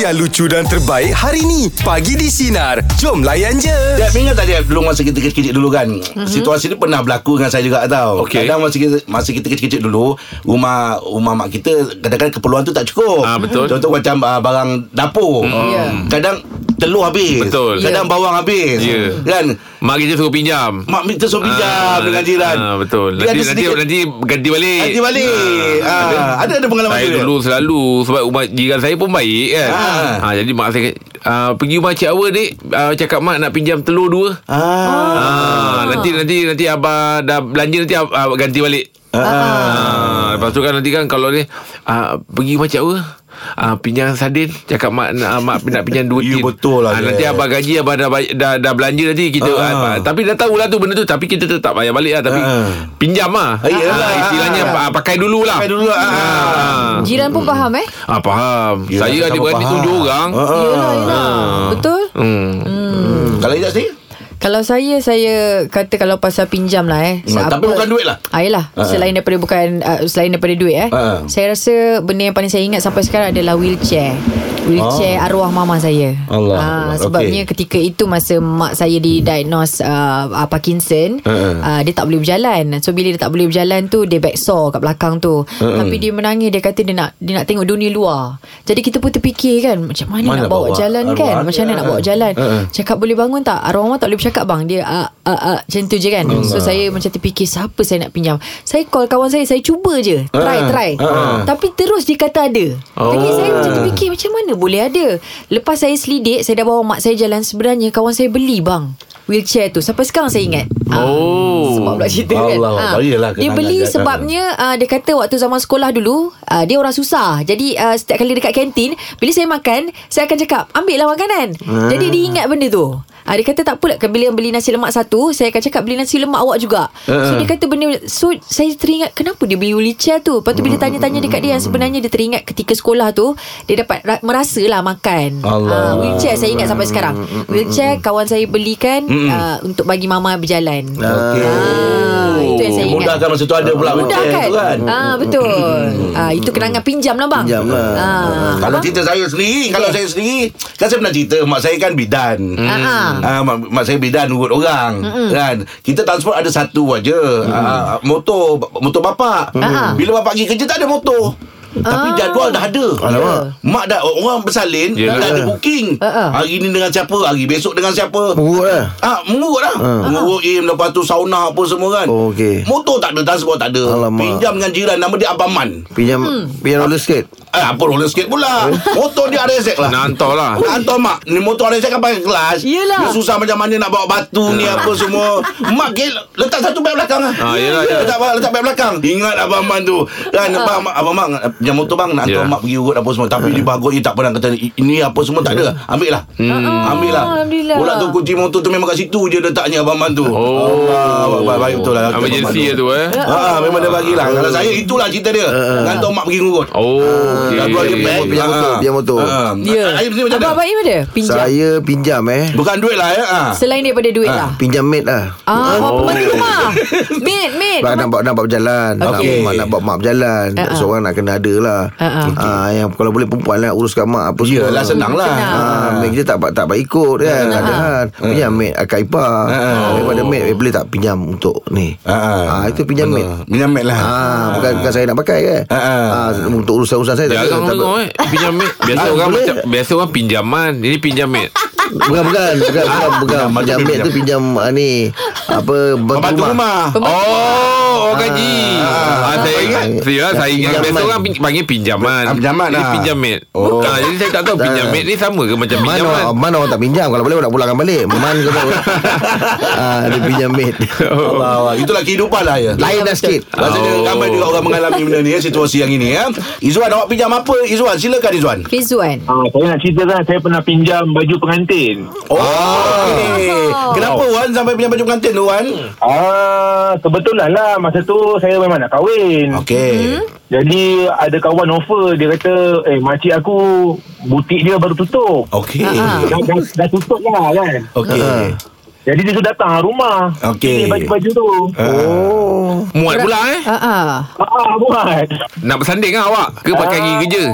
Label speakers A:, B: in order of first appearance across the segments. A: yang lucu dan terbaik hari ni. Pagi di Sinar. Jom layan je.
B: Dap Ya, ingat tak dia dulu masa kita kecil-kecil dulu kan mm-hmm. Situasi ni pernah berlaku dengan saya juga tau
C: Mhm. Okey.
B: Kadang masa kita, masa kita kecil-kecil dulu Rumah rumah mak kita Kadang-kadang keperluan tu tak cukup
C: Ah, betul.
B: Contoh macam uh, barang dapur Hmm.
C: Ya.
B: Kadang telur habis
C: Betul.
B: Kadang
C: Ya.
B: bawang habis
C: Ya.
B: Kan
C: Mak kita suruh pinjam
B: Mak minta suruh pinjam
C: Ah,
B: dengan jiran
C: ah, Betul
B: Dia
C: nanti,
B: ada sedikit
C: nanti, nanti ganti balik
B: Ganti balik
C: Ah,
B: Ah, Ada ada pengalaman
C: Saya
B: tu
C: dulu selalu Sebab rumah jiran saya pun baik kan
B: Ah.
C: ha, Jadi mak saya ah, Pergi rumah Cik Awa dik ah, Cakap mak nak pinjam telur dua
B: Ah.
C: Ah, nanti nanti nanti abah dah belanja nanti abah, abah ganti balik. Ah. lepas tu kan nanti kan kalau ni ah, pergi macam apa? Ah, pinjam sardin Cakap mak nak, ah, mak nak pinjam dua
B: Ya,
C: tin
B: betul lah,
C: ah, Nanti
B: Jack.
C: abah gaji Abah dah, bay- dah, dah belanja nanti kita
B: Ah.
C: ah. Tapi dah tahulah tu benda tu Tapi kita tetap bayar balik lah Tapi
B: Ah.
C: pinjam lah
B: Ah, iyalah.
C: Ah, Istilahnya
B: Ah.
C: ah, pakai dulu lah
B: Pakai dulu lah. Ah.
C: ah.
D: Jiran pun faham eh
C: ah, faham
B: Yelah,
C: Saya ada
B: sama
C: beradik
B: faham.
C: tujuh orang
B: Ah, ah.
D: Yelah, yelah. Betul
C: hmm.
B: Hmm. Kalau tidak saya
D: Kalau saya Saya kata kalau pasal pinjam lah eh
B: Hmm, tapi bukan duit lah.
D: ah, Yelah
B: Ah, ah.
D: Selain daripada bukan uh, Selain daripada duit eh
B: Ah.
D: Saya rasa Benda yang paling saya ingat Sampai sekarang adalah wheelchair Wheelchair
B: Ah.
D: arwah mama saya
B: Allah
D: Ah,
B: Allah.
D: Sebabnya
B: Okey.
D: ketika itu Masa mak saya didiagnose uh, uh, Parkinson
B: Ah, ah.
D: uh, Dia tak boleh berjalan So bila dia tak boleh berjalan tu Dia backsaw kat belakang tu Tapi dia menangis Dia kata dia nak Dia nak tengok dunia luar Jadi kita pun terfikir kan Macam mana,
B: Mana
D: nak bawa,
B: bawa
D: jalan kan
B: arwah?
D: Macam mana nak bawa
B: Ah.
D: jalan
B: Ah, ah.
D: Cakap boleh bangun tak Arwah mama tak boleh bercakap bang Dia uh, uh, uh, macam tu je kan So saya macam terfikir Siapa saya nak pinjam Saya call kawan saya Saya cuba je Try
B: Ah,
D: try
B: ah.
D: Tapi terus dia kata ada Jadi
B: Oh.
D: saya macam terfikir Macam mana boleh ada Lepas saya selidik Saya dah bawa mak saya jalan Sebenarnya kawan saya beli bang Wheelchair tu Sampai sekarang saya ingat Ah,
C: Oh.
D: Sebab pula cerita
B: Hmm. Allah, lah
D: kan Ah.
B: bahayalah
D: Dia
B: kenangan
D: beli
B: dia.
D: sebabnya uh, Dia kata waktu zaman sekolah dulu uh, Dia orang susah Jadi uh, setiap kali dekat kantin Bila saya makan Saya akan cakap Ambil lah makanan
B: Ah.
D: Jadi dia ingat benda tu Uh, dia kata tak apa lah Bila beli nasi lemak satu Saya akan cakap Beli nasi lemak awak juga
B: Ah.
D: So dia kata benda So saya teringat Kenapa dia beli wheelchair tu Lepas tu bila tanya-tanya dekat dia Yang sebenarnya dia teringat Ketika sekolah tu Dia dapat ra- merasa lah makan
B: Allah. Hmm,
D: Ah, Wheelchair saya ingat sampai sekarang Wheelchair kawan saya belikan uh, Untuk bagi mama berjalan
B: Okey.
D: Ah, itu yang saya ingat.
B: Mudahkan masa tu ada pula
D: Mudah
B: wheelchair
D: kan?
B: tu kan
D: Ah betul. Ah itu kenangan pinjam lah bang.
E: Pinjam lah.
D: Ah.
B: Kalau cerita saya sendiri Kalau saya sendiri Kan saya pernah cerita Mak saya kan bidan
D: Ah.
B: Ah, mak, mak saya bidan urut orang kan kita transport ada satu aja
E: Mm.
B: ah, motor motor bapak
D: Ah.
B: bila bapak pergi kerja tak ada motor tapi jadual dah ada
E: Alamak.
B: Mak dah Orang bersalin
C: Yelah.
B: Dah ada booking
D: Ah, ah.
B: Hari ni dengan siapa Hari besok dengan siapa
E: Mengurut lah
B: Ah, mengurut lah
D: Ah.
B: Mengurut im Lepas tu sauna apa semua kan
E: Oh, okey.
B: Motor tak ada Transport tak ada
E: Alamak.
B: Pinjam dengan jiran Nama dia Abang Man
E: Pinjam Pinjam roller skate
B: Hmm. Eh, apa roller skate pula Motor dia RSX lah
C: Nak hantar lah
B: Nak hantar mak Ni motor RSX kan pakai kelas
D: Yelah.
B: Dia susah macam mana Nak bawa batu ni apa semua Mak gel Letak satu beg belakang lah
C: Ah, yelah, yelah.
B: Letak, letak beg belakang Ingat Abang Man tu Kan Abang Man Abang Man Yang motor bang Nak hantar
C: Yelah. Ah.
B: mak pergi urut apa semua Tapi dia bagus Dia tak pernah kata Ini apa semua tak ada Ambil lah
C: Hmm.
B: Ambil lah
D: Alhamdulillah.
B: Pula tu kunci motor tu Memang kat situ je letaknya Abang Man tu
C: Oh.
B: Allah, Baik baik betul lah Abang Man
C: Emergency lah tu eh
B: Ah, memang dia bagi lah Kalau saya itulah cerita dia Ngantar mak pergi Ha, urut
C: Oh okay.
B: Dah keluar dia beg
E: Pinjam Ha, motor, pinjam motor.
B: Ah.
D: Ya.
B: Ah, Aim ni macam
D: Abang
B: mana?
D: Aim ada pinjam.
E: Saya pinjam eh
B: Bukan duit lah ya ah. Oh, ya,
D: Selain daripada
E: Ha.
D: duit lah.
E: Pinjam maid lah
D: Ah, apa pembantu rumah. Mate, mate.
E: Sebab nak bawa, nak bawa berjalan
B: Okey.
E: okay. nak, nak bawa mak berjalan
D: Ah, ah.
E: uh-huh. Seorang nak kena ada lah
D: Ah, ah.
E: uh-huh. Yang kalau boleh perempuan lah Uruskan mak apa semua
B: Yelah senang lah
E: Ah, maid kita tak ba- tak baik ikut kan. Uh,
D: Ah.
E: ada kan. Pinjam maid akak ipar.
B: Ah.
E: Daripada maid eh, boleh tak pinjam untuk ni. Ah,
B: Ah.
E: itu pinjam maid.
B: Minyamek lah
E: Ah, bukan bukan saya nak pakai kan.
B: Ah, ah.
E: Ah, untuk urusan-urusan saya tak.
C: Jarang
E: tak-
C: tengok eh Pinjam mate Biasa
E: Ah,
C: orang
E: boleh.
C: macam Biasa orang pinjaman Ini pinjam mate
B: Ah,
E: Bukan bukan bukan bukan bukan
B: pinjam,
E: pinjam
B: pinjam.
E: maid tu pinjam ah, ni apa
B: Pembantu rumah
C: Oh Orang gaji ah, Saya ingat Saya, saya ingat
E: Pinjaman.
C: Biasa orang pin- panggil pinjaman
B: Ah, pinjaman
C: Ini
B: lah.
C: pinjam mate
B: Oh.
C: Ah, Jadi saya tak tahu Pinjam mate ni sama ke Macam
E: Mana
C: pinjaman
E: orang, mana orang tak pinjam Kalau boleh orang nak pulangkan balik Man ke tak ah, Dia pinjam maid
B: Allah, Allah. Itulah kehidupan lah ya
E: Lain dah sikit
B: Rasanya
C: Oh.
B: ramai juga orang mengalami benda ni ya, Situasi yang ini ya Izzuan awak pinjam apa Izzuan silakan Izzuan
D: Fizuan.
F: Ah, saya nak cerita lah Saya pernah pinjam baju pengantin
B: Oh
E: Ah.
B: okey. Kenapa Wan sampai pinjam baju pengantin tu Wan
F: Ah, Kebetulan lah Masa tu saya memang nak kahwin
B: Okey
F: Jadi ada kawan offer Dia kata Eh makcik aku Butik dia baru tutup
B: Okey
D: Ah.
F: dah, dah, dah tutup lah kan
B: Okey
F: Jadi dia tu datang rumah
B: Okey.
F: Pilih baju-baju tu
B: Ah.
E: Oh
C: Muat pula eh ah,
D: Ah ah.
F: Ah, buat Ah.
C: Nak bersanding kan awak Ke pakai pergi kerja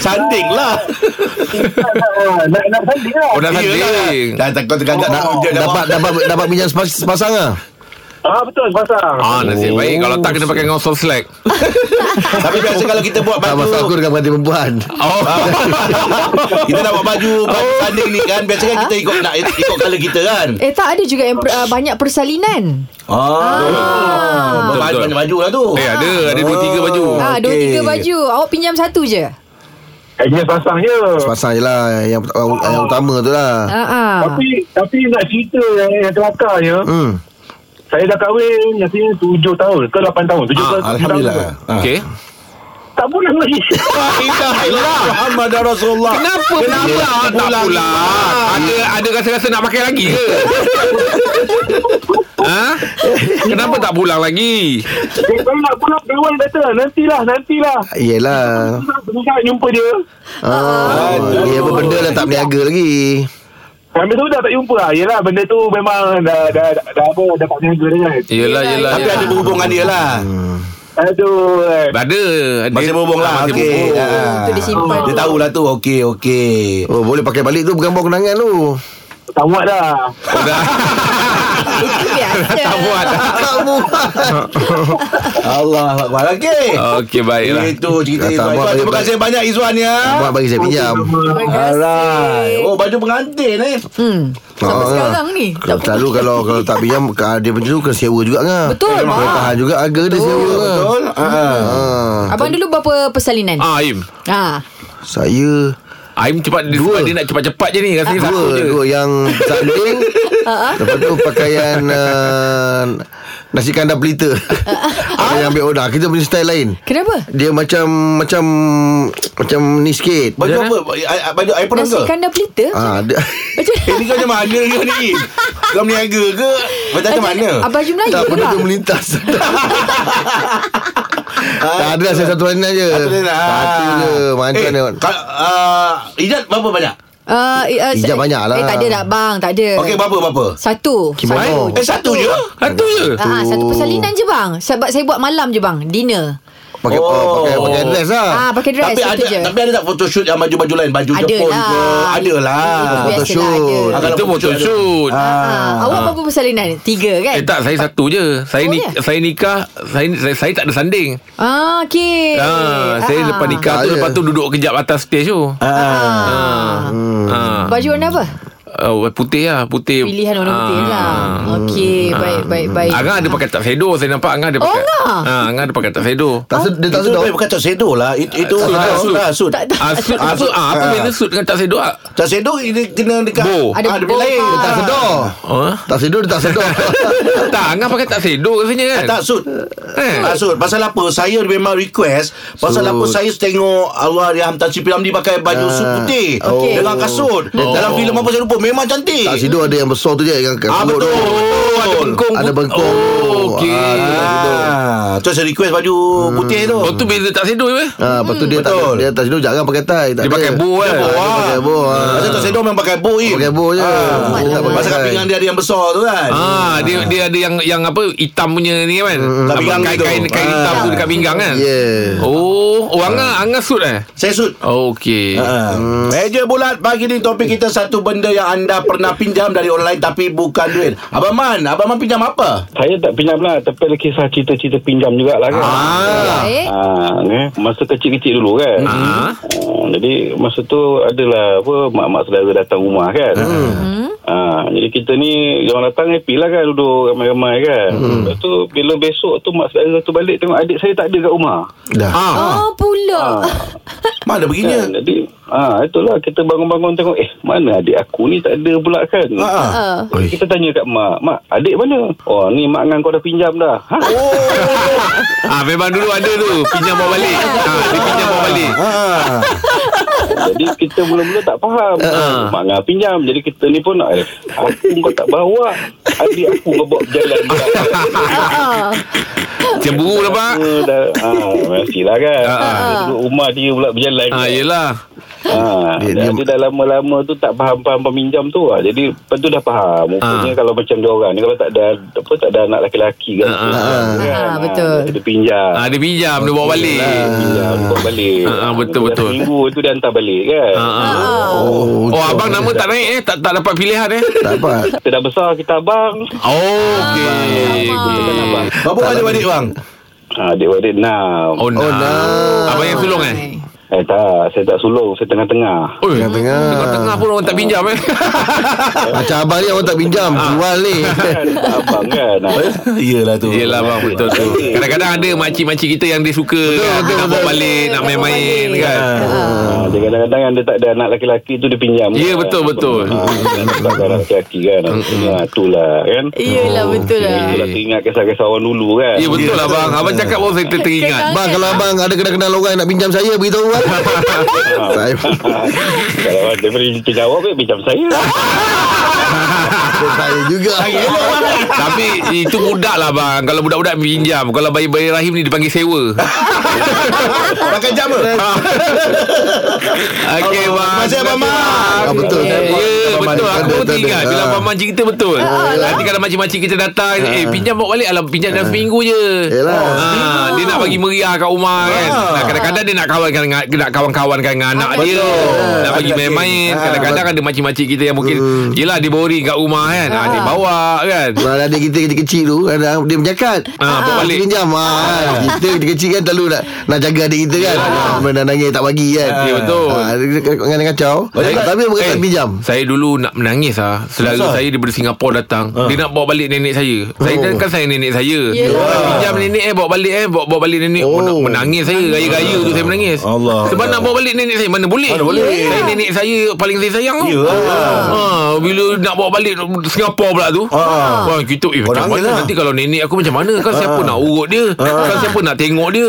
B: Sanding lah
F: Ah, nak nak sanding lah.
C: Oh, nak sanding.
B: Dah tak kau terkajak
E: Nak,
B: hujan dah
E: Oh. dapat, dapat dapat pinjam sepas, sepasang ah.
F: Ah betul sepasang.
C: Ah, nasib
E: Oh.
C: baik kalau tak kena pakai ngosol slack.
B: Tapi biasa kalau kita buat
E: Tak
B: baju
E: masa aku dengan ganti perempuan.
C: Oh.
B: Kita nak buat baju Baju sanding ni kan Biasa kan kita ikut Nak ikut colour kita kan
D: Eh tak ada juga yang per, uh, banyak persalinan.
B: Oh
C: Betul,
B: Banyak
C: betul.
B: Ah. baju lah tu
C: eh ada, ada dua tiga baju.
D: Oh, ah, dua
B: okey.
D: tiga baju. Awak pinjam satu je.
F: Hanya Eh, sepasang je.
E: Sepasang je lah yang, yang utama tu
D: Ah,
E: lah.
D: ah.
F: Tapi tapi nak cerita yang, yang terbakarnya,
E: Hmm.
F: saya dah kahwin rasanya 7 tahun ke 8 tahun. 7 tahun.
B: Ah, Alhamdulillah
C: Okey.
F: Tak pulang lagi.
C: Alhamdulillah.
B: Muhammad dan Rasulullah
C: Ah, Kenapa pula tak pulang? Ada ada rasa-rasa nak pakai lagi ke? ha? Kenapa tak pulang lagi?
F: Dia kalau nak pulang kawan kata nantilah nantilah.
E: Yelah
F: Susah nak jumpa dia.
E: ah, Dia apa benda lah tak berniaga lagi
F: Sampai tu dah tak jumpa lah. Yelah benda tu memang dah dah dah, dah apa dah tak jaga dia
D: Ah.
F: kan.
C: Yelah, yelah.
B: Tapi ada berhubungan dia lah
F: Aduh. eh.
C: Ada. ada.
B: Masih berhubung lah
C: Masih
B: Okey
C: berhubung.
B: ah.
D: Tu dia simpan
B: Dia
D: tu.
B: tahulah tu Okey Okey
E: Oh boleh pakai balik tu Gambar kenangan tu
F: Tak muat dah.
C: Oh, dah.
D: Itu biasa.
C: tak buat.
E: Tak buat
B: Allah Akbar Okey
C: Okey, baiklah.
B: Itu cerita
E: Tak
B: Izwan
E: buat
B: Izwan,
E: bagi-
B: Terima kasih banyak Izwan ya
E: Buat bagi saya pinjam
D: Terima
B: Alright Oh baju pengantin eh
D: Hmm. Sampai
E: Ah.
D: sekarang ni. Tak
E: Kalau selalu kalau kalau tak pinjam ka- Dia macam tu kena sewa juga kan
D: Betul,
E: Kena
D: Mak.
E: tahan juga harga dia sewa kan
B: Betul Ah.
E: Ah,
D: Abang dulu berapa persalinan?
C: Ah, Aim.
D: Ah.
E: Saya
C: Aim cepat dia, sebab dia nak cepat-cepat je ni rasanya satu
E: Dua
C: je.
E: Dua yang Sanding
D: Ah,
E: Lepas tu pakaian ah, Nasi kandar pelita Yang ambil order Kita punya style lain
D: Kenapa?
E: Dia macam Macam Macam ni sikit
B: Baju apa? Ai- ai- Baju air perang
D: Nasi
B: ke?
D: kandar pelita?
E: Ah, dia,
D: Macam
B: Eh ni kau macam mana kau ni? Kau meniaga ke? Macam macam mana?
D: Ah, baju Melayu
E: tak
D: pula.
E: benda tu melintas Tak ada lah saya satu lain je
B: lah.
E: Satu je Macam mana
B: mana? Eh, ah, Ijat berapa banyak?
D: Uh, uh,
E: Hijab banyak lah.
D: Eh tak ada dah bang, tak ada.
B: Okey berapa berapa?
D: Satu.
E: Kimono.
D: Satu.
B: Eh satu je?
C: Satu je.
D: Ah, satu persalinan je bang. Sebab saya buat malam je bang, dinner.
E: Pakai oh.
B: Oh.
E: pakai pakai dress lah
D: Ah, pakai dress
B: tapi ada
D: satu je.
B: tapi ada tak photoshoot yang baju-baju lain baju
D: Ada
B: Jepun
D: lah.
B: ke? Ada lah.
D: Itu biasa
E: photoshoot.
D: lah ada.
B: Ah, kalau
C: Itu
B: photoshoot ada.
C: photoshoot.
D: Ah, awak berapa persalinan? Tiga kan?
C: Eh tak saya satu je.
D: Oh,
C: Saya ni
D: ya?
C: saya nikah saya, saya saya tak ada sanding.
D: Ah, okey.
C: Ah, saya lepas nikah
E: Tak
C: tu
E: ada.
C: lepas tu duduk kejap atas stage tu.
D: Ah.
E: Hmm.
C: Ah.
D: Baju warna apa?
C: Uh, putih lah Putih
D: Pilihan warna
C: Ah.
D: putih lah. Okey, baik baik baik.
C: Angah ada pakai tak sedo Saya nampak Angah ada
D: Oh,
C: pakai
D: Angah?
C: Ah, Angah ada pakai tak sedo
D: Ah?
E: Tak sud Dia tak
B: Itu
E: sedap
B: bukan tak sedo lah. It- Itu
C: tak
B: rasut
C: sedap.
B: rasut.
D: Tak tak.
C: Ah, suit, ah, suit, ah, apa beza suit dengan tak sedo ah?
B: Tak sedo ini kena dekat.
C: Bo.
B: Ah,
D: Ada
B: dia punya
D: bo-
B: lain.
D: ah.
E: Tak sedap
C: Huh?
E: Tak sedap dia tak sedap
C: tak, Angah pakai tak sedo rasanya kan?
B: Tak sud
C: Eh.
B: Tak sud Pasal apa Saya memang request Pasal apa Saya tengok Allah Riham Tan Sri Ramli Pakai baju
E: Ah.
B: suit putih
E: Okey.
B: Dengan kasut Dalam filem apa saya lupa Memang cantik
E: Tak sedap ada yang besar tu je Yang kat
B: Ah
E: mulut
B: betul
E: tu
C: ada bengkung.
E: Ada bengkong
C: Oh, okey.
B: Ah, tu saya request baju putih tu.
C: Oh, tu beza tak sedo eh?
E: Hmm. Ah, lepas tu dia tak
B: Betul.
E: dia tak sedap jarang pakai tie. Tak
C: Dia
E: ada.
C: pakai bow
B: eh.
C: kan?
E: Ah, Dia pakai bow. ah.
B: Pasal tak sedar memang pakai bow im.
E: Pakai bow je.
B: Ah.
E: Dia tak pakai
B: Pasal kat
E: tie.
B: pinggang dia ada yang besar tu kan.
C: Ah, dia dia ada yang yang apa hitam punya ni
E: Hmm,
C: kan?
B: Kat
C: Apa,
B: pinggang
C: kain,
B: gitu.
C: kain kain
B: Ah.
C: hitam tu dekat pinggang kan?
E: Yeah.
C: Oh, oh Angah Angah suit eh?
B: Hmm. Saya sud.
C: Okey.
B: Ah. Meja bulat pagi ni topik kita satu benda yang anda pernah pinjam dari orang lain tapi bukan duit. Abang Man, Abang Man pinjam apa?
F: Saya tak pinjam lah Tapi ada kisah cerita-cerita pinjam jugalah kan
B: Ah.
D: Baik.
F: Ah, eh, masa kecil-kecil dulu kan.
C: Ah.
F: Ah. jadi masa tu adalah apa mak-mak saudara datang rumah kan. Hmm. Ah, jadi kita ni jangan datang happy lah kan duduk ramai-ramai kan. Hmm. Lepas tu bila besok tu mak saudara tu balik tengok adik saya tak ada kat rumah.
E: Dah.
C: Ah.
D: Oh, pula.
B: Mana
F: Ya.
B: begini?
F: Jadi ah itulah kita bangun-bangun tengok eh mana adik aku ni tak ada pula kan.
G: Ha.
B: Ah.
D: Ah.
E: Oi.
F: Kita tanya kat mak, mak adik mana? Oh ni mak ngan kau dah pinjam dah. Ha?
G: Oh.
C: Ah memang dulu ada tu pinjam bawa balik. Ah dia pinjam bawa balik.
B: Ah.
F: Jadi kita mula-mula tak faham. Uh. Mak ngah pinjam. Jadi kita ni pun eh, aku kau tak bawa. Adik aku kau bawa berjalan.
D: Ah, ah.
C: Cemburu lah pak
F: Aku dah, ah, mestilah kan.
C: Ah, ah.
F: Dia Duduk rumah dia pula berjalan.
C: Ah, yelah
F: Ha,
E: Dia-
F: dia, dia,
E: dia-
F: dah lama-lama tu tak faham-faham peminjam tu lah. Jadi lepas tu dah faham. Rupanya
C: Ah.
F: kalau macam dia orang ni kalau tak ada apa tak ada anak lelaki kan.
C: Ah, ah,
D: ah. Ah, betul.
F: Dia pinjam.
C: ah, Dia pinjam Dia bawa balik
F: Dia pinjam dia bawa balik.
C: Ah, ah, betul,
F: Dia dah
C: betul.
F: Minggu tu dia hantar balik kan.
C: ah, ah.
E: Oh,
C: Oh abang nama tak naik eh Tak tak dapat pilihan eh
E: Tak dapat
F: Kita dah besar kita abang.
C: Oh okay, okay.
B: Berapa adik-adik bang?
F: Ha, adik-adik enam.
C: Oh nah.
E: Oh, nah.
C: Abang yang sulung eh
F: Eh tak, saya tak sulung, saya tengah-tengah.
C: Oi,
E: Tengah-tengah.
B: Ah.
C: Tengah-tengah pun orang tak pinjam eh
E: Macam abang ni Orang tak pinjam
B: Ah.
E: Jual ni
F: Kan, abang kan. Ah.
B: Yelah tu.
C: Yelah bang betul tu Kadang-kadang ada makcik-makcik kita yang dia suka kan, Dia nak bawa balik Nak main-main kan
F: Ha, dia kadang-kadang yang dia tak ada anak lelaki-lelaki tu dia pinjam.
C: Ya,
F: kan.
C: betul, betul.
F: Ha, tak ada anak lelaki kan. Ha, itulah kan.
D: Yelah
C: Oh,
D: betul lah
F: Itulah teringat kisah-kisah orang dulu kan.
C: Ya betul lah bang Abang cakap pun saya ter- teringat
D: Kenang-
E: Bang kalau abang Ada kenal-kenal orang Yang nak pinjam saya Beritahu kan Saya
F: Kalau ada beri jawab eh macam saya.
E: Saya Eh, juga
C: Tapi itu budak lah bang Kalau budak-budak pinjam Kalau bayi-bayi rahim ni dipanggil sewa
B: Pakai jam ke?
C: Ah. Okey bang
B: Terima kasih, Abang Man.
E: Ah, Betul
C: Ya
E: kan
C: yeah,
E: Abang
C: betul
E: Man.
C: Aku
E: Ada,
C: pun
E: ada,
C: teringat
E: ada.
C: Bila
E: Ah.
C: abang Man cerita betul Nanti kalau makcik-makcik kita datang Eh pinjam bawa balik Alah pinjam dalam seminggu je
E: Ah. Yelah. Ah.
C: Ah, Dia nak bagi meriah kat rumah kan Nah, Kadang-kadang dia nak kawan-kawan dengan- dia Nak kawan-kawankan dengan anak dia Nak bagi
B: Ada
C: main-main
E: Ah.
B: lagi.
C: Kadang-kadang ada makcik-makcik kita yang mungkin
E: Hmm.
C: Yelah dia boring kat rumah kan Ah, Dia bawa kan
E: Kalau adik kita kecil-kecil tu kadang Dia bercakap
C: Ah, bawa balik.
E: Pinjam ah, Kita kecil-kecil kan Selalu nak Nak jaga adik kita kan Main dah nangis tak bagi kan
C: Ya, betul. Eh.
E: Ah, Dia kadang kacau
C: Saya-
E: Tapi berkata pinjam
C: Saya dulu nak menangis ah. Saudara
B: Kenapa?
C: saya daripada Singapura datang. Dia nak bawa balik nenek saya. Saya
E: Ah. Oh.
C: kan, kan saya nenek saya.
D: Yelah.
C: Dia pinjam nenek eh bawa balik eh bawa, bawa balik nenek. Oh.
E: Oh.
C: nak menangis saya raya-raya tu saya menangis. Oh.
B: Allah.
C: Sebab nak bawa balik nenek saya mana boleh. Mana
B: boleh.
D: Ya.
B: Ya.
C: Saya nenek saya paling saya sayang tu.
B: Yelah.
C: Ha, bila nak bawa balik Singapura pula tu. Ha. Wah, kita eh, macam
B: nangis
C: mana
B: Ah. lah. Ah.
C: nanti kalau nenek aku macam mana kan siapa nak urut dia? Kan siapa nak tengok dia?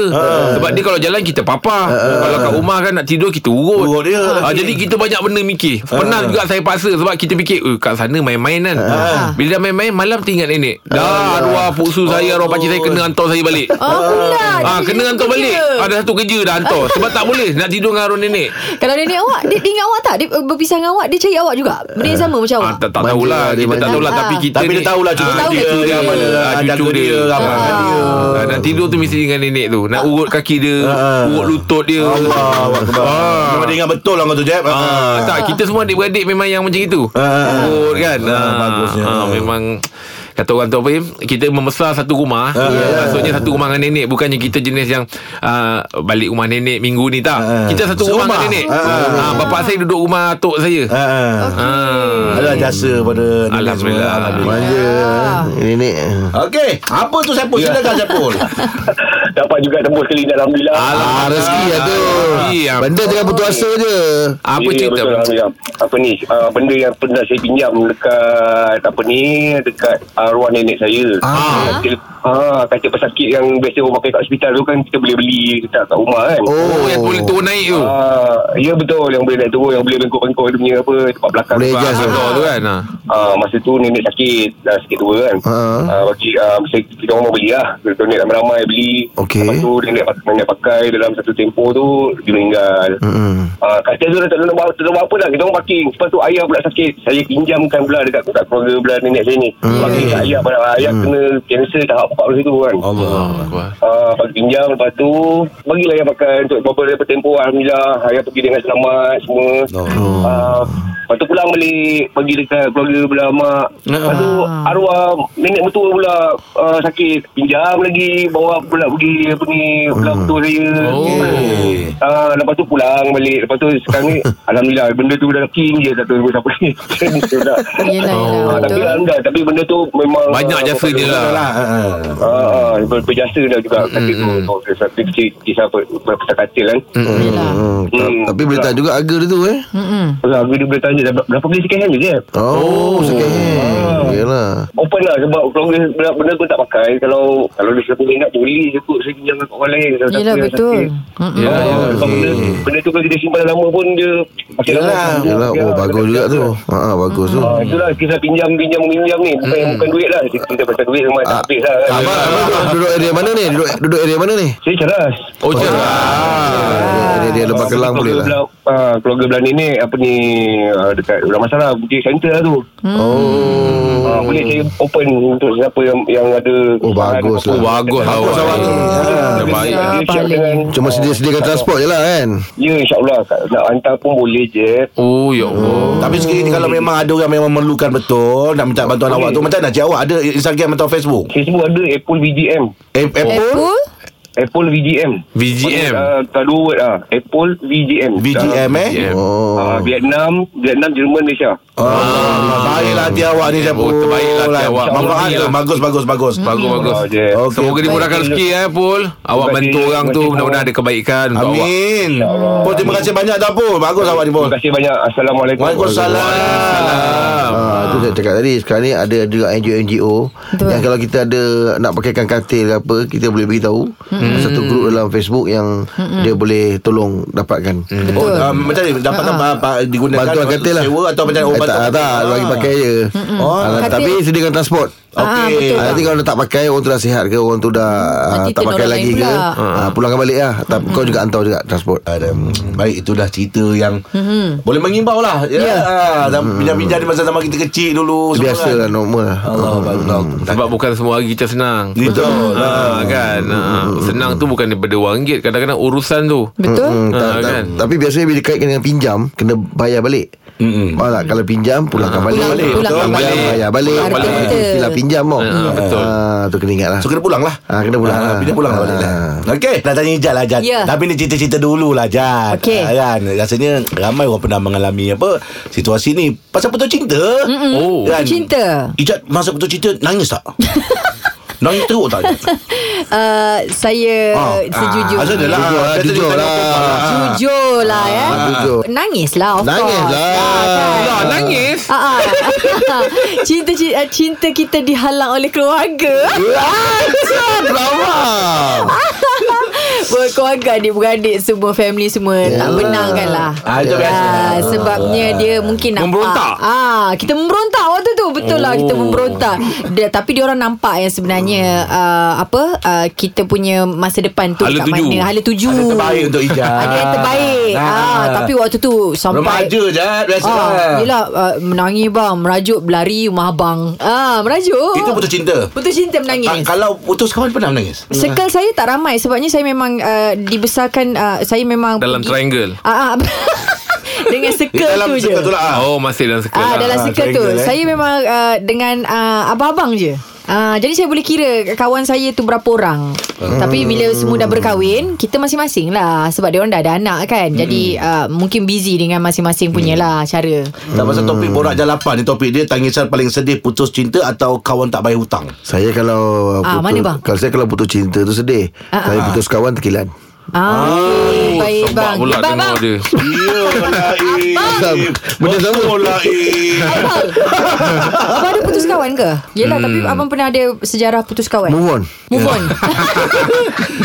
C: Sebab dia kalau jalan kita papa. Kalau kat rumah kan nak tidur kita urut.
B: Ah. Urut dia. Ah.
C: Ah, jadi kita banyak benda mikir. Pernah juga saya paksa sebab kita fikir eh, kat sana main-main kan.
B: Ah.
C: Bila dah main-main malam teringat nenek. Dah arwah puksu saya arwah pakcik saya kena hantar saya balik.
D: Oh pula
C: Ah,
D: Dia
C: kena
D: jadi
C: hantar
D: kerja.
C: balik. Ada satu kerja dah hantar sebab tak boleh nak tidur dengan arwah nenek.
D: Kalau dia ni awak Dia, dia ingat awak tak Dia uh, berpisah dengan awak Dia cari awak juga Benda yang sama macam
C: Ah,
D: awak
C: tak, tak
E: Manja
C: tahulah
E: lah dia,
C: Kita tak
E: manja.
C: tahulah Tapi
D: Ah.
C: kita
B: Tapi
C: ni-
B: dia tahulah
C: Ah,
B: cucu dia,
C: cucu
D: dia,
C: dia,
D: mana,
B: ah,
C: Cucu
B: jaga
C: dia
B: dia, ramaikan dia.
C: Ah, Nak tidur tu mesti dengan nenek tu Nak urut kaki dia Urut lutut dia
B: Allah ah. Akbar. Memang dia ingat betul lah kau tu Jeb.
C: Ah,
B: Ah.
C: tak kita semua adik-beradik memang yang macam itu.
B: Ah.
C: Urut kan.
B: Ah,
C: Ah,
B: bagusnya.
C: ah, memang kata orang tu apa Im? kita membesar satu rumah
B: Ah,
C: yeah. maksudnya satu rumah dengan nenek bukannya kita jenis yang uh, balik rumah nenek minggu ni tak
B: Ah.
C: kita satu rumah
B: Serumah.
C: dengan nenek
B: Ah.
C: Ah, bapak saya duduk rumah atuk saya
B: Ah, ah.
C: Ah.
B: Adalah jasa pada kan. nenek semua.
C: Alhamdulillah.
E: Manja
C: Ya.
E: Nenek
B: Okey, apa tu Saipul? Silakan Saipul.
C: Ah.
F: Dapat juga tembus kali Alhamdulillah.
E: Ah, rezeki lah tu
C: Rezeki, ah.
E: Benda tengah berpuasa je
C: apa
F: Ya,
C: cerita
F: betul, Alhamdulillah. Apa ni uh, Benda yang pernah saya pinjam Dekat Apa ni Dekat arwah nenek saya ah. Katil, ah, katil pesakit yang Biasa orang pakai kat hospital tu kan Kita boleh beli Letak kat rumah kan
C: oh yang boleh turun naik tu
F: Ah, ya betul yang boleh naik turun yang boleh bengkok-bengkok dia punya apa tempat belakang
E: Boleh
F: tu, ah.
E: adjust tu.
C: Kantor tu kan ah.
F: Ah, masa tu nenek sakit dah sikit tua kan.
E: lah. Ha.
F: Ah, bagi ah, saya, kita orang mau beli lah. Kita nenek ramai-ramai beli.
E: Okey.
F: Lepas tu nenek, nenek pakai dalam satu tempoh tu dia meninggal.
E: Mm-mm.
F: Ah, kat situ dah tak nak buat, tak nak buat apa dah. Kita orang parking. Lepas tu ayah pula sakit. Saya pinjamkan pula dekat, dekat keluarga pula nenek saya ni.
E: Mm.
F: Parking kat ayah pula. Ayah kena cancer tahap 4 masa tu kan.
C: Allah Akbar.
F: Ah, bagi pinjam lepas tu bagilah yang pakai untuk beberapa daripada tempoh Alhamdulillah lah. ayah pergi dengan selamat semua oh. ah, lepas tu pulang balik pergi dekat keluarga pula mak lepas tu
D: Ah.
F: arwah nenek mertua pula ah, sakit pinjam lagi bawa pula pergi apa ni pula mertua saya
C: Hmm. Oh.
F: ah, lepas tu pulang balik lepas tu sekarang ni Alhamdulillah benda tu dah king je tak tahu siapa ni Dah.
D: Yelah yelah
F: Ah, tapi
D: betul
F: Alhamdulillah tapi benda tu memang
C: Banyak
F: ah,
C: jasa dia lah.
B: Lah, ah, ah.
F: Ah, ah, ber- berjasa dah juga katil tu. Kalau satu kecil kisah ber- berpasal katil kan.
D: Yelah
E: Hmm, ta-
F: Hmm.
E: Tapi boleh tahan juga harga dia tu eh
D: Mm-mm.
F: Harga dia boleh tahan je dah berapa kali second hand je Jeb Ah.
E: Oh, oh second hand. Yalah.
F: Open lah sebab kalau benda, benda aku tak pakai kalau kalau dia siapa ingat boleh je kot saya pinjam kat orang lain kalau tak
D: Yelah
F: payah
D: betul
F: sakit.
E: Ya,
D: Mm-mm.
C: Yelah,
F: Ah,
C: yelah.
F: sebab benda, benda tu kalau kita simpan lama pun dia makin lama
B: Yelah.
F: makin-
E: Yalah, oh
F: Ya,
E: bagus
F: kena-
E: juga tu. Ha ah, bagus tu.
F: Ah, itulah kisah pinjam pinjam pinjam ni bukan bukan duit lah kita kita pasal duit memang tak
E: Ah.
F: habis lah kan.
E: Abang, abang duduk, duduk area mana ni? Duduk duduk area mana ni?
F: Saya ceras.
C: Oh,
E: Ah,
C: cerah.
E: area, area, area Lebak Kelang boleh lah.
F: Uh, keluarga belah nenek apa ni uh, dekat Ulang Masalah Bukit Center lah tu.
E: Hmm. Oh.
F: Ah, boleh saya open untuk siapa yang yang ada
E: Oh, bagus
C: Oh,
E: lah.
C: bagus lah
B: Bagus
C: awak.
B: awak ni.
C: Dah baik.
D: Ah,
F: Dia siap
D: paling.
F: dengan
E: Cuma sedia-sediakan transport je lah kan?
F: Ya insyaAllah Kak. Nak hantar pun boleh je Hmm.
C: Oh, ya Allah.
B: Tapi sekali ni kalau memang ada orang memang memerlukan betul nak minta bantuan awak tu macam mana cik awak ada Instagram atau Facebook?
F: Facebook ada Apple VGM
B: A- Apple
D: Apple
F: Apple VGM
C: VGM.
F: uh, Kedua word lah Apple VGM
B: VGM eh.
C: Yeah.
E: Oh.
F: uh, Vietnam Vietnam Jerman Malaysia
B: Oh, baiklah hati awak ni siapa.
C: Oh, terbaiklah hati awak.
B: Manfaat tu. Bagus bagus bagus.
C: Bagus, bagus.
F: Ah, je.
B: Okey.
C: Semoga dimurahkan rezeki eh Pul Awak
F: Terima
C: bantu orang tu
F: kasih. Terima kasih. Ya
C: Mudah-mudahan ada kebaikan Untuk awak
B: Amin. Pul terima kasih banyak dah Pul. Bagus awak ni Pul.
F: Terima kasih banyak Assalamualaikum
B: Waalaikumsalam.
E: Ah, tu saya cakap tadi Sekarang ni ada juga NGO-NGO
D: Betul.
E: Yang kalau kita ada Nak pakaikan katil ke apa Kita boleh beritahu mm-hmm. Satu grup dalam Facebook Yang mm-hmm. dia boleh tolong dapatkan mm.
B: Oh, ah, macam ni
D: Ha,
B: dapatkan apa, apa digunakan
E: Bantuan katil lah
B: sewa atau macam
E: eh,
B: ubat
E: Tak, tak, tak bagi pakai je
B: Oh,
E: Ah,
D: katil.
E: Tapi sediakan transport
D: Ah,
B: Okey.
D: betul.
E: Ah, Nanti kalau tak pakai Orang tu dah sihat ke Orang tu dah ah,
D: Nanti
E: Tak
D: turun
E: pakai
D: orang
E: lagi
D: lain
E: ke
D: pula.
E: ah, Pulangkan balik lah Tak- Kau juga hantar juga transport
B: Ada. mm, Baik itu dah cerita yang mm-hmm. boleh mengimbau lah. Ya.
D: Hmm. Ya.
B: Yeah. Ah, pinjam-pinjam di masa zaman kita kecil dulu. semua
E: Hmm. Biasa lah
B: kan.
E: normal lah
B: Allah Allah.
C: Sebab bukan semua hari kita senang
B: Betul. Mm,
C: ha, kan ha, Senang tu bukan daripada wang ringgit Kadang-kadang urusan tu
D: Betul
B: Mm,
E: Hmm, tak,
C: Ah,
E: tak,
C: kan?
E: Tapi biasanya bila dikaitkan dengan pinjam Kena bayar balik
B: Mm-mm.
E: Faham tak? Kalau pinjam Pulangkan balik
D: Pulang-
B: balik,
D: pulang
B: betul.
D: balik.
E: Pinjam,
C: balik.
E: Bayar balik
D: Harga
E: Balik
D: kita.
E: Silah pinjam tau
C: Ya, betul.
E: Ah, Tu kena ingat lah
B: So kena pulang lah.
E: Ah, kena pulang lah.
B: Pindah pulang lah balik lah. Okey. Nak tanya Ijat lah Ijat.
D: Ya.
B: Tapi ni cerita-cerita dulu lah Ijat.
D: Okey.
B: Ah, kan? Rasanya ramai orang pernah mengalami apa situasi ni. Pasal putus cinta. Kan? Mm-mm.
C: Oh
D: Cinta
B: Ijat masa putus cinta nangis tak? nangis
C: Oh,
B: teruk tak?
D: uh, Saya
B: Ah.
D: Sejujur
B: Asal dia lah.
E: Jujur lah,
B: Dia tu
E: jujur
B: dia
E: lah.
B: tengok perempuan lah.
D: Jujur lah ya
C: Ah.
E: jujur.
D: Nangis lah of
E: Nangis
D: course.
E: lah.
D: Ah,
C: Lah
D: kan?
C: nangis
D: Ah, ah. cinta, cinta cinta kita dihalang oleh keluarga.
E: Drama
D: Berkeluarga adik-beradik semua family semua yeah. tak benarkan lah.
B: Ya. Ah, itu biasa.
D: Ah, sebabnya dia mungkin nampak.
C: Memberontak.
D: Ah, kita memberontak waktu tu. Betul lah
B: Oh.
D: kita memberontak. Dia, tapi dia orang nampak yang sebenarnya uh, apa uh, kita punya masa depan tu
C: Hala
D: kat
C: tuju.
D: mana. Hala tuju.
B: Ada terbaik untuk Ijat.
D: Ada yang terbaik. Ah, tapi waktu tu sampai
B: Remaja Ijat biasa
D: Ah,
B: lah.
D: yelah uh, menangis bang Merajuk berlari rumah abang ah, Merajuk
B: Itu putus cinta.
D: Putus cinta
B: Ah,
D: menangis
B: Kalau putus kawan pernah menangis?
D: Circle saya tak ramai Sebabnya saya memang uh, Dibesarkan uh, Saya memang
C: Dalam triangle
D: uh, uh, Dengan
B: Di
D: circle
B: dalam
D: tu je
B: circle tu lah. ah.
C: Oh masih dalam sekolah
D: Ah, dalam
B: Ah,
D: circle tu
B: triangle, eh.
D: Saya memang uh, Dengan uh, Abang-abang je Ah, jadi saya boleh kira kawan saya tu berapa orang.
B: Hmm.
D: Tapi bila semua dah berkahwin, kita masing-masing lah sebab dia orang dah ada anak kan. Jadi
B: Hmm.
D: uh, mungkin busy dengan masing-masing punyalah cara.
B: Tak pasal topik borak jalapan ni topik dia tangisan paling sedih putus cinta atau kawan tak bayar hutang.
E: Saya kalau uh,
D: Ah,
E: putus,
D: mana bang?
E: Kalau saya kalau putus cinta tu sedih
D: Ah,
E: Saya putus kawan terkilan
D: Ah, okay. baik
C: Sebab
D: bang.
C: pula
D: bang,
C: dengar
D: bang.
C: dia
B: Iyalah eh.
E: Benda sama
B: Bola eh.
D: Abang. abang ada putus kawan ke? Yelah hmm. tapi abang pernah ada sejarah putus kawan.
E: Move on
D: Move on.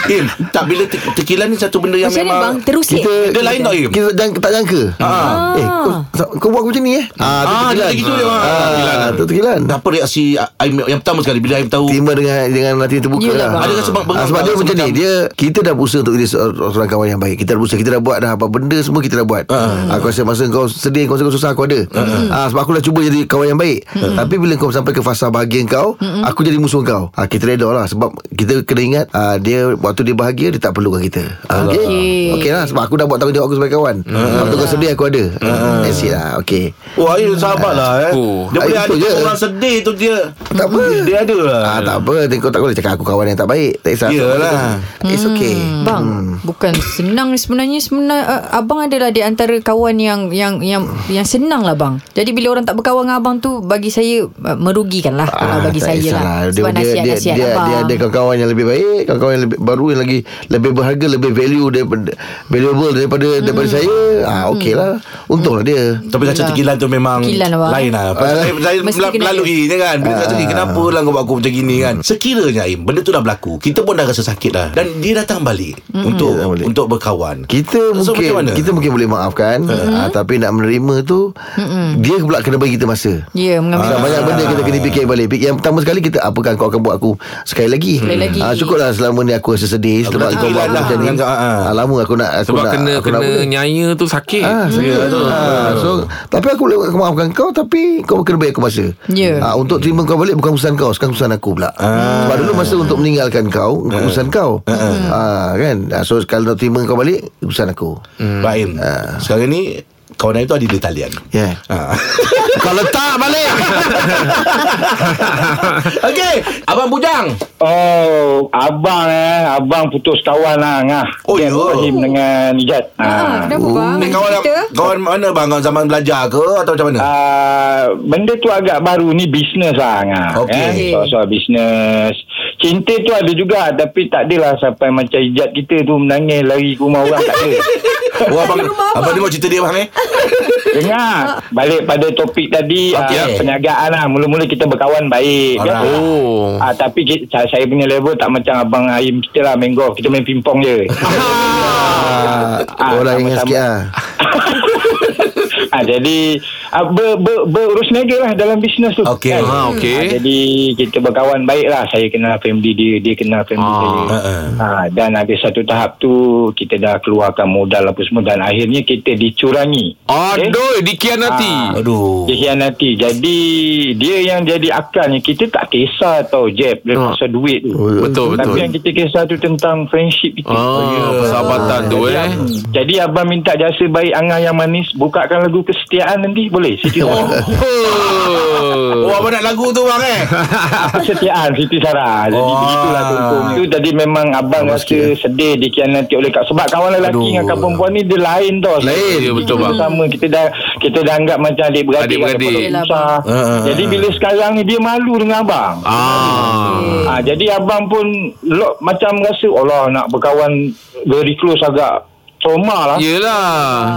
B: Im, tak bila te- tekilan ni satu benda yang
D: Macam mana
B: memang
D: bang? Terusik.
E: Kita
B: Dia lain tak, Im?
E: Kita jang, tak jangka
B: Ah.
E: Eh kau, kau buat aku macam ni eh
B: Ah, dia macam gitu dia, bang.
E: ah, Tu terkilan
B: apa reaksi Aim yang pertama sekali bila Aim tahu
E: Timba dengan dengan hati terbuka
D: Yelah,
E: lah.
D: bang.
B: Ada rasa bang- bang-
E: Ah, sebab dia
B: rasa
E: macam ni,
B: macam-
E: dia kita dah berusaha untuk jadi seorang seorang kawan yang baik. Kita dah berusaha, kita dah buat dah apa benda semua kita dah buat. Aku rasa masa kau sedih, kau rasa kau susah aku ada. Ah, sebab aku dah cuba jadi kawan yang baik. Tapi bila kau sampai ke fasa bahagia kau, aku jadi musuh kau. Ah, kita reda lah sebab kita kena ingat ah, dia waktu dia bahagia dia tak perlukan kita. Ah, Okey.
D: Okey.
E: Okey lah sebab aku dah buat tanggungjawab aku sebagai kawan. Waktu kau sedih aku ada. That's it lah. Okey.
B: Wah Aim sahabat lah eh.
C: Oh.
B: Dia boleh
E: Ah,
B: ada
E: itu je.
B: orang sedih tu dia
E: Tak apa.
B: Dia ada lah
E: Ah, tak apa Kau tak boleh cakap aku kawan yang tak baik Tak kisah
B: Yelah.
E: It's okay Hmm.
D: Bang, Hmm. bukan senang sebenarnya sebenarnya uh, abang adalah di antara kawan yang yang yang yang senang lah bang. Jadi bila orang tak berkawan dengan abang tu bagi saya uh, merugikan lah kalau bagi
E: Ah, tak
D: saya
E: kisahlah.
D: lah.
E: Dia,
D: Sebab
E: dia, dia,
D: nasihat-nasihat
E: dia,
D: abang.
E: dia, ada kawan-kawan yang lebih baik Kawan-kawan yang lebih, baru yang lagi Lebih berharga Lebih value daripada, Valuable daripada
D: Hmm.
E: daripada saya ah, Okey lah Untunglah dia
B: Tapi kacau tekilan tu memang
D: Tekilan, abang.
B: lain lah. Pasal saya, saya
D: Mesti
B: mel-
D: kena
B: melalui je kan. Bila
E: Ah.
B: kacau tekilan, kenapa lah kau buat aku macam gini kan. Sekiranya Im, benda tu dah berlaku. Kita pun dah rasa sakit dah. Dan dia datang balik untuk
E: Dia datang balik.
B: untuk berkawan.
E: kita
B: So,
E: mungkin
B: macam mana?
E: kita mungkin boleh maafkan
D: Hmm.
E: ah, tapi nak menerima tu dia pula kena bagi kita masa
D: Ya, mengambil
E: Sebab Ah, banyak benda kita kena fikir balik Fik- Yang pertama sekali kita Apakah kau akan buat aku Sekali lagi,
D: Sekali lagi.
E: Ah, Cukup lah selama ni aku rasa sedih
B: Aku
E: Sebab
B: nak
E: kau buat aku
B: tekilan
E: macam
B: lah.
E: ni
B: Ah, ah.
E: Ah, Lama aku nak aku
C: Sebab
E: nak,
C: kena
E: aku nak
C: kena
E: buat.
C: nyaya tu sakit. Hmm.
E: Ah, saya
B: lah
C: tu.
E: ah, so tapi aku boleh aku maafkan kau tapi kau kena bayar aku masa.
D: Ya.
E: Ah, untuk terima kau balik bukan urusan kau, sekarang urusan aku pula. Ah. Sebab dulu masa untuk meninggalkan kau, urusan kau. Ah, kan? Ah, so kalau nak terima kau balik, urusan aku. Ah.
B: Baik Im. Sekarang ni, kawan saya tu ada di talian.
E: Ya.
B: Ah.
E: Kau letak balik.
B: Okey, Abang Bujang.
H: Oh, abang eh, abang putus kawan lah ngah.
B: Oh, ya.
H: Ibrahim dengan Ijat. Ha.
D: Ah, kenapa bang?
B: Ni kawan
D: Kita?
B: kawan mana bang? Kawan zaman belajar ke atau macam mana?
H: Uh, benda tu agak baru ni bisnes lah ngah. Eh?
B: Okey.
H: Soal-soal bisnes. Cinta tu ada juga tapi tak adalah sampai macam Ijat kita tu menangis lari ke rumah orang tak ada.
B: Oh abang,
D: rumah
B: abang ni mau cerita dia bang eh?
H: Dengar Balik pada topik tadi
B: Okey.
H: okay. uh, Perniagaan lah Mula-mula kita berkawan baik
B: Alright.
H: Biasalah.
C: Oh.
H: Ah, tapi ki- sa- saya punya level tak macam abang Aim kita lah main golf. Kita main pingpong je.
E: ah, orang ingat
H: sama-sama.
E: sikit ah.
H: ah, jadi ah, ber, ber, berurus niaga lah dalam bisnes tu.
B: Okey.
C: Ha
H: Kan?
C: okey.
H: Ah, jadi kita berkawan baik lah. Saya kenal family dia, dia kenal family
C: Ah,
H: saya.
B: uh-uh.
H: Ah, dan ada satu tahap tu kita dah keluarkan modal apa semua dan akhirnya kita dicurangi.
C: Aduh, dikhianati.
H: Ah.
B: Aduh.
H: Dikhianati Jadi Dia yang jadi akalnya Kita tak kisah tau Jeb Dia
C: Ah.
H: pasal duit tu
C: Betul betul.
H: Tapi yang kita kisah tu Tentang friendship kita
B: Oh, ya.
C: Ah, persahabatan tu eh.
H: Jadi abang minta jasa baik Angah yang manis Bukakan lagu kesetiaan nanti Boleh Siti Sarah
B: Oh
C: Oh.
B: abang nak lagu tu bang eh?
H: Kesetiaan Siti Sarah Jadi
B: Oh.
H: begitulah tuntung tu Tadi memang abang rasa Sedih dikhianati oleh kak Sebab kawan lelaki
B: eh. Aduh.
H: Dengan kawan perempuan ni Dia lain tau
C: Lain. Ya, betul, bang.
H: Sama kita dah Kita dah anggap macam adik-beradik
C: Adik-beradik.
H: Ada
D: Yelah,
H: susah.
B: bang. Ah, ah,
H: Jadi bila sekarang ni Dia malu dengan abang
C: Ah.
H: Ah, jadi abang pun lo, macam rasa Allah nak berkawan very close agak trauma lah. Yeah.
C: Yelah.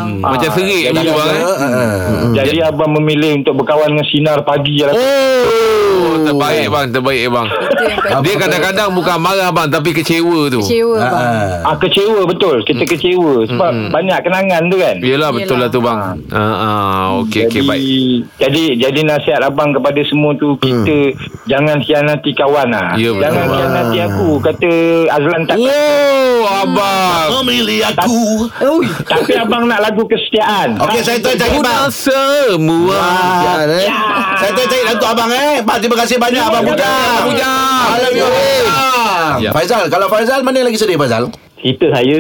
C: Hmm. Macam
H: Ah,
C: serik
H: jadi Hmm.
C: tu bang eh.
D: Hmm.
C: Ya.
B: Ah, ah, ah.
H: Jadi abang memilih untuk berkawan dengan sinar pagi lah.
C: Oh, terbaik bang, terbaik bang.
D: Itu yang paling
C: Dia kadang-kadang bukan marah bang tapi kecewa tu. Hmm.
D: kecewa
B: Ah,
D: bang.
B: ah.
H: Ah, kecewa betul. Kita kecewa sebab banyak kenangan tu kan.
C: Yelah betul lah tu bang. Ha ah, okey okey
H: jadi,
C: baik. Hmm.
H: jadi jadi nasihat abang kepada semua tu kita jangan khianati kawan lah.
C: Ya, betul,
H: jangan
C: bang.
H: khianati aku kata Azlan tak.
C: Oh, abang.
B: Memilih aku.
H: Tapi abang nak lagu
E: Kan?
H: kesetiaan.
B: Okey saya tuan cari bang.
C: Guna semua.
E: Sial, eh.
B: Saya tuan cari lagu abang eh. Pak terima kasih banyak abang
E: Ya,
B: Bujang.
C: Bujang.
B: Alhamdulillah.
C: Ya.
B: Faizal, kalau Faizal mana lagi sedih Faizal?
H: Cerita saya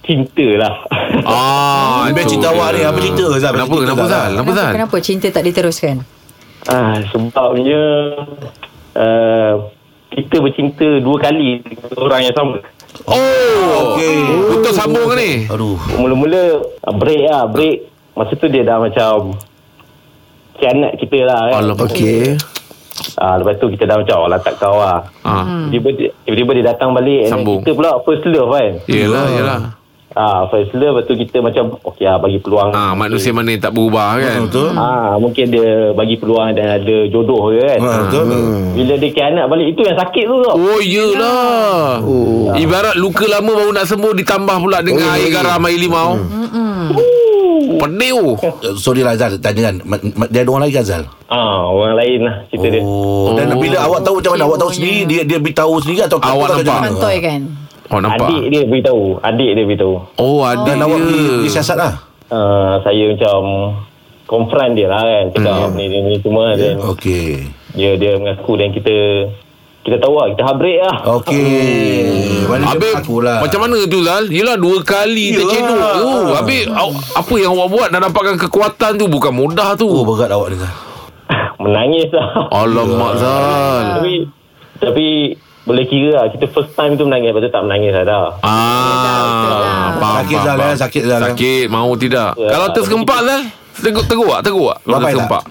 H: cinta lah.
C: Ah,
B: Habis
C: itu
B: cerita
C: dia.
B: awak ni, apa cerita, Zal?
C: Kenapa
B: Cerita,
C: kenapa
B: Zal?
C: Zal? Kenapa
D: Kenapa,
C: Zal?
D: kenapa cinta tak diteruskan?
I: Ah, sebabnya uh, kita bercinta dua kali dengan orang yang sama.
C: Oh,
B: Okey.
C: putus sambung ke ni.
B: Aduh.
I: Mula-mula ah, break lah, break. Masa tu dia dah macam kianat kita lah kan.
C: Alamak.
E: Okey.
I: Ah, lepas tu kita dah macam oh, tak kau lah.
C: Ah.
I: Tiba- Tiba-tiba dia datang balik and then
C: Sambung.
I: Kita pula first love kan
C: Yelah, yelah.
I: ah, First love Lepas tu kita macam Okay lah bagi peluang
C: Ah, manusia mana yang tak berubah kan?
B: Betul.
I: ah, Mungkin dia bagi peluang Dan ada jodoh je kan
B: Ah, Betul.
I: Bila dia kianat balik Itu yang sakit tu tau Ah.
C: Oh,
B: Ah.
C: yelah. Ibarat luka lama baru Oh. nak sembuh ditambah pula
B: Oh.
C: dengan air garam air limau. Oh, Pedih oh.
B: Hmm. Eh, Sorry lah Zal, tanya kan. Ma- ma- Dia ada orang lagi kan Zal?
I: ah, Orang lain lah cerita dia
B: Oh. Dan bila awak tahu macam mana? Awak tahu sendiri, dia dia beritahu sendiri atau
C: Awak
B: atau
C: nampak?
B: macam mana?
D: Pantoi kan?
C: Oh,
I: Adik
C: nampak.
I: dia beritahu Adik dia beritahu
C: Oh, adik
B: Dan Ah, awak pergi, pergi
C: dia.
B: siasat lah.
I: uh, Saya macam Confront dia lah kan
C: Hmm.
I: Cakap ni, ni, ni semua
C: Ya,
I: yeah. Dan
B: Okey.
I: dia, dia mengaku Dan kita Kita tahu lah Kita habrik lah
B: Okey. Mana dia
C: Habis
B: mengaku lah.
C: Macam mana tu Zal Yelah dua kali
B: Yelah.
C: tercedok oh, Habis aw- Apa yang awak buat Nak dapatkan kekuatan tu Bukan mudah tu
B: Oh, berat awak dengar. Ya.
I: Menangis lah
C: Alamak Zal
I: Tapi Tapi boleh kira lah kita first time tu menangis lepas tu tak menangis lah dah
D: betul lah.
C: Ah, faham,
B: Sakit
C: faham,
B: Zal,
C: faham.
B: eh, sakit Zal, eh.
C: Sakit, mau tidak.
I: Ya.
C: Kalau tersempak Zal, teguk teguk tak teguk tak? Kalau
B: Bapak tak?
C: tersempak.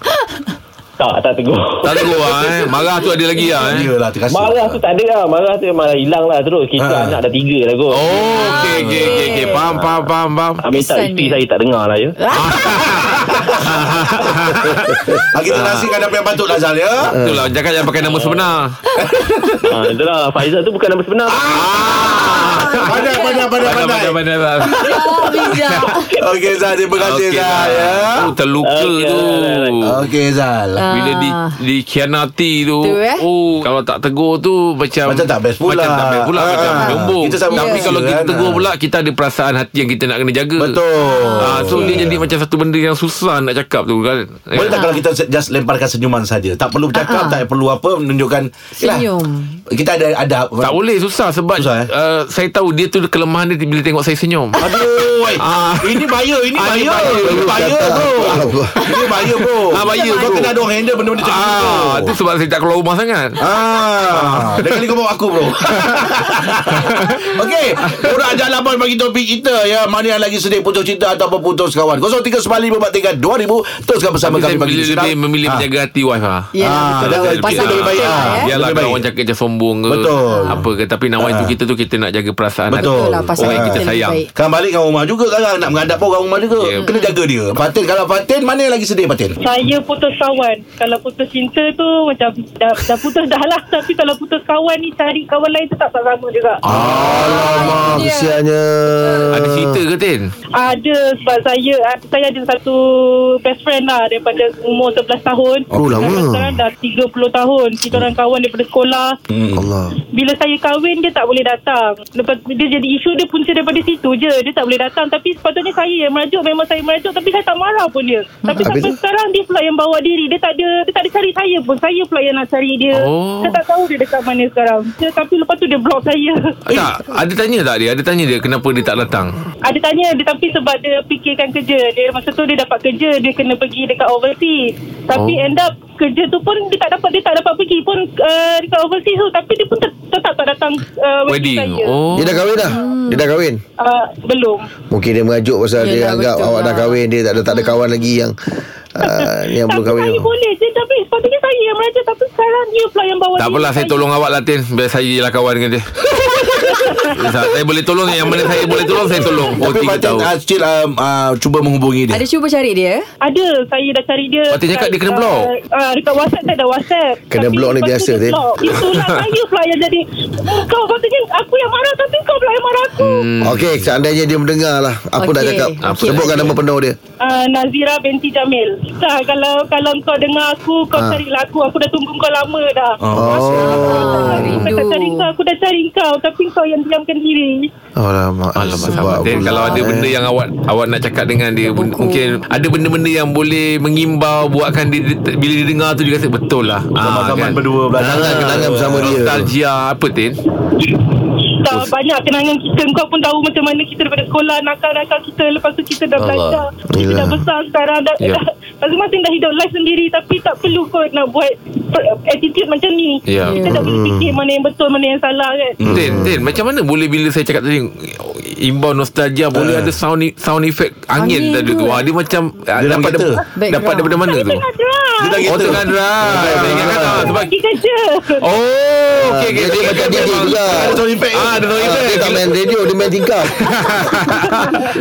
I: tak tak tegur
C: Tak teguk ah, eh. Marah tu ada lagi ah eh.
B: Yalah, terima kasih.
I: marah tu tak ada lah marah tu memang hilang lah terus kita
B: Ha.
I: anak dah tiga lah kot
C: Oh, okey okey okey okey. Faham faham faham faham.
I: Ah, minta
D: Ah. Kesan
I: isteri
D: dia.
I: saya tak dengar lah ya
B: Ah, kita nasikan apa yang patut lah Zal ya.
C: Itulah cakap jangan pakai nama sebenar. Ah,
I: ha, Itulah Faizal tu bukan nama sebenar
B: Pandai, pandai, pandai, pandai.
C: Pandai pandai pandai.
D: Ah, bijak.
B: Okey Zal, terima kasih
C: Okey,
B: Zal
C: Zal.
B: ya.
C: Oh, terluka
I: Okey,
C: tu.
B: Okey lah. Zal.
C: Bila di dikhianati tu
D: Tu, eh?
C: Oh Kalau tak tegur tu Macam
B: Macam tak best pula.
C: Macam tak best pula
B: Ah,
C: Macam
B: ah.
C: jombong
B: Kita sama
C: Tapi
B: manusia
C: kalau kita
B: kan.
C: tegur pula Kita ada perasaan hati Yang kita nak kena jaga
B: Betul.
C: Ah, so dia jadi macam satu benda yang susah nak cakap tu kan.
B: Boleh tak kalau kita just lemparkan senyuman saja? Tak perlu
D: Ah.
B: bercakap, tak perlu apa menunjukkan Yelah,
D: Senyum.
B: Kita ada ada
C: Tak boleh susah sebab
B: Susah, eh?
C: susah, eh? uh, saya tahu dia tu kelemahan dia bila tengok saya senyum.
B: Aduh, Oh, weh.
C: Ah.
B: ini bahaya, ini
C: Ah, ini
B: bahaya. Ini bahaya bro.
E: Allah.
B: Ini bahaya bro.
C: Ah, bahaya,
B: Kau
C: bro.
B: kena ada orang handle benda-benda macam ni. bro.
C: ah, tu sebab saya tak keluar rumah sangat.
B: Ah, dah kali kau bawa aku bro. Okey, orang ajak lapan bagi topik kita ya. Mana yang lagi sedih putus cinta ataupun putus kawan. 0395432000 teruskan
C: Tapi
B: bersama kami
C: saya
B: bagi
C: lebih,
B: sinar.
C: lebih memilih
B: Ah.
C: menjaga hati wife lah.
D: Ya,
B: Ah,
D: betul.
B: dah lebih-
D: Pasal
B: lebih baik,
D: betul,
B: ah.
D: eh.
C: Biarlah
B: Lebih
C: kalau
B: baik.
C: orang cakap dia Ah. sombong ke
B: Betul.
C: Apa ke Tapi nawai tu kita tu Kita nak jaga perasaan
B: Betul.
D: Betul lah pasal
C: Orang yang
D: kita
C: kita
D: lebih
C: sayang
D: baik.
B: Kan balik kan rumah juga sekarang Nak menghadap pun orang rumah juga yeah.
C: Ya.
B: Kena jaga dia Fatin kalau Fatin Mana yang lagi sedih Fatin?
G: Saya putus kawan Kalau putus cinta tu Macam dah, dah putus dah lah Tapi kalau putus kawan ni Cari kawan lain tetap tak sama juga ah.
E: Alamak Ah, kesiannya
C: Ada cerita ke Tin?
G: Ada sebab saya Saya ada satu best friend lah Daripada umur 11 tahun
E: Oh, lama.
G: Sekarang- Sekarang dah 30 tahun Kita orang kawan daripada sekolah
E: Allah
G: Bila saya kahwin Dia tak boleh datang Lepas dia jadi isu Dia punca daripada situ je Dia tak boleh datang Tapi sepatutnya saya yang merajuk Memang saya merajuk Tapi saya tak marah pun dia Tapi
E: Habis-
G: sampai sekarang Dia pula yang bawa diri Dia tak ada Dia tak ada cari saya pun Saya pula yang nak cari dia
C: Oh.
G: Saya tak tahu dia dekat mana sekarang dia, Tapi lepas tu dia block saya
C: Tak Ada tanya tak dia? Ada tanya dia Kenapa dia tak datang?
G: Ada tanya dia Tapi sebab dia fikirkan kerja Dia masa tu dia dapat kerja Dia kena pergi dekat overseas Tapi
C: Oh.
G: oh. end up kerja tu pun dia tak dapat dia tak dapat pergi pun uh, dekat overseas tu tapi dia pun tet- tetap tak datang uh,
C: Wedding
G: saya.
C: Oh
E: Dia dah kahwin dah Dia dah kahwin
G: Uh, belum
E: Mungkin dia mengajuk pasal
D: Yelah,
E: dia anggap
D: betul
E: awak
D: lah.
E: dah kahwin Dia tak ada, tak ada kawan lagi yang uh, Yang belum
G: Tapi
E: kahwin
G: saya boleh je Tapi sepatutnya saya yang meraja Tapi sekarang dia pula yang bawa
C: Tak
G: diri
C: apalah saya tolong awak lah Tin Biar saya je lah kawan dengan dia Sa- Saya boleh tolong Yang mana saya boleh tolong Saya tolong Oh
B: Tapi
C: tiga
B: Fatin
C: tahun
B: uh, Cil uh, uh, Cuba menghubungi dia
D: Ada cuba cari dia
G: Ada Saya dah cari dia
C: Patut cakap dia kena
G: ah,
C: block.
G: ah, Dekat whatsapp tak ada whatsapp
E: Kena
G: Tapi
E: block ni
G: lepas tu
E: biasa,
G: dia
E: Tin.
G: block. Itulah saya pula yang jadi Kau patutnya aku yang marah Tapi kau pula yang marah aku hmm.
E: Okey seandainya dia mendengar lah Apa nak
D: Okey.
E: cakap
D: Okey,
E: Sebutkan
D: okey.
E: nama penuh dia
G: Ah, Nazira binti Jamil dah, Kalau kalau kau dengar aku Kau
E: Ah.
G: carilah aku Aku dah tunggu kau lama dah
E: Oh
G: Aku dah
D: Rindu.
G: cari kau Aku dah cari kau Tapi kau yang diamkan diri
E: Alamak
C: Alamak sabar Tin Kalau ada benda
B: eh.
C: yang awak Awak nak cakap dengan dia benda- Mungkin Ada benda-benda yang boleh Mengimbau Buatkan dia dia- Bila dia dengar tu Dia kata betul lah
B: Zaman-zaman berdua belah
E: Kenangan kenangan bersama dia
C: Nostalgia Apa Tin?
G: Tak banyak kenangan kita Kau pun tahu macam mana kita daripada sekolah Nakal-nakal kita Lepas tu kita dah
B: Allah.
G: belajar Kita dah
E: Yelah.
G: besar sekarang dah,
C: Ya.
G: dah, Masing-masing dah hidup life sendiri Tapi tak perlu kot nak buat per- Attitude macam ni
C: Ya.
G: Kita dah boleh fikir mana yang betul Mana yang salah kan
B: Hmm.
C: Tin, Tin, macam mana boleh bila saya cakap tadi imbau nostalgia boleh
B: Eh.
C: ada sound sound effect angin,
D: Angin
C: tadi
D: tu,
C: tu.
D: eh.
C: Wah, dia macam ah,
B: dalam
C: dapat
B: kereta.
C: dapat, dapat daripada mana tu?
G: Tengah drive
B: Dia dah
C: Oh, tengah drive. Saya ingatkan tak sebab
G: Pergi kerja
C: Oh, okey okey.
E: Ah, Dia dia kata
B: Ah,
E: dia dia juga
B: Ada sound effect
C: Ah, ada sound
E: Ah,
C: effect.
E: Dia tak main radio Dia main tingkap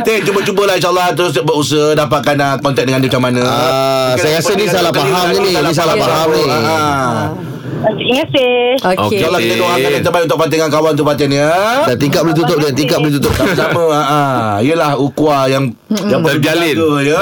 B: Tin cuba-cubalah insyaAllah Terus berusaha Dapatkan uh, kontak dengan dia macam mana
E: Ah,
B: Mungkin
E: saya
B: dapat
E: rasa ni salah faham
B: dengan dia, dia
E: ni. Ni salah faham ni.
B: Ah.
G: Terima kasih
D: Okey
C: Okey.
B: InsyaAllah kita doakan yang terbaik Untuk Fatin dengan kawan tu Fatin ya
E: Dan tingkap boleh tutup dia Tingkap boleh tutup
B: Sama ah, ah. Yelah ukua yang Yang perlu
C: Terjalin.
B: dijaga, ya.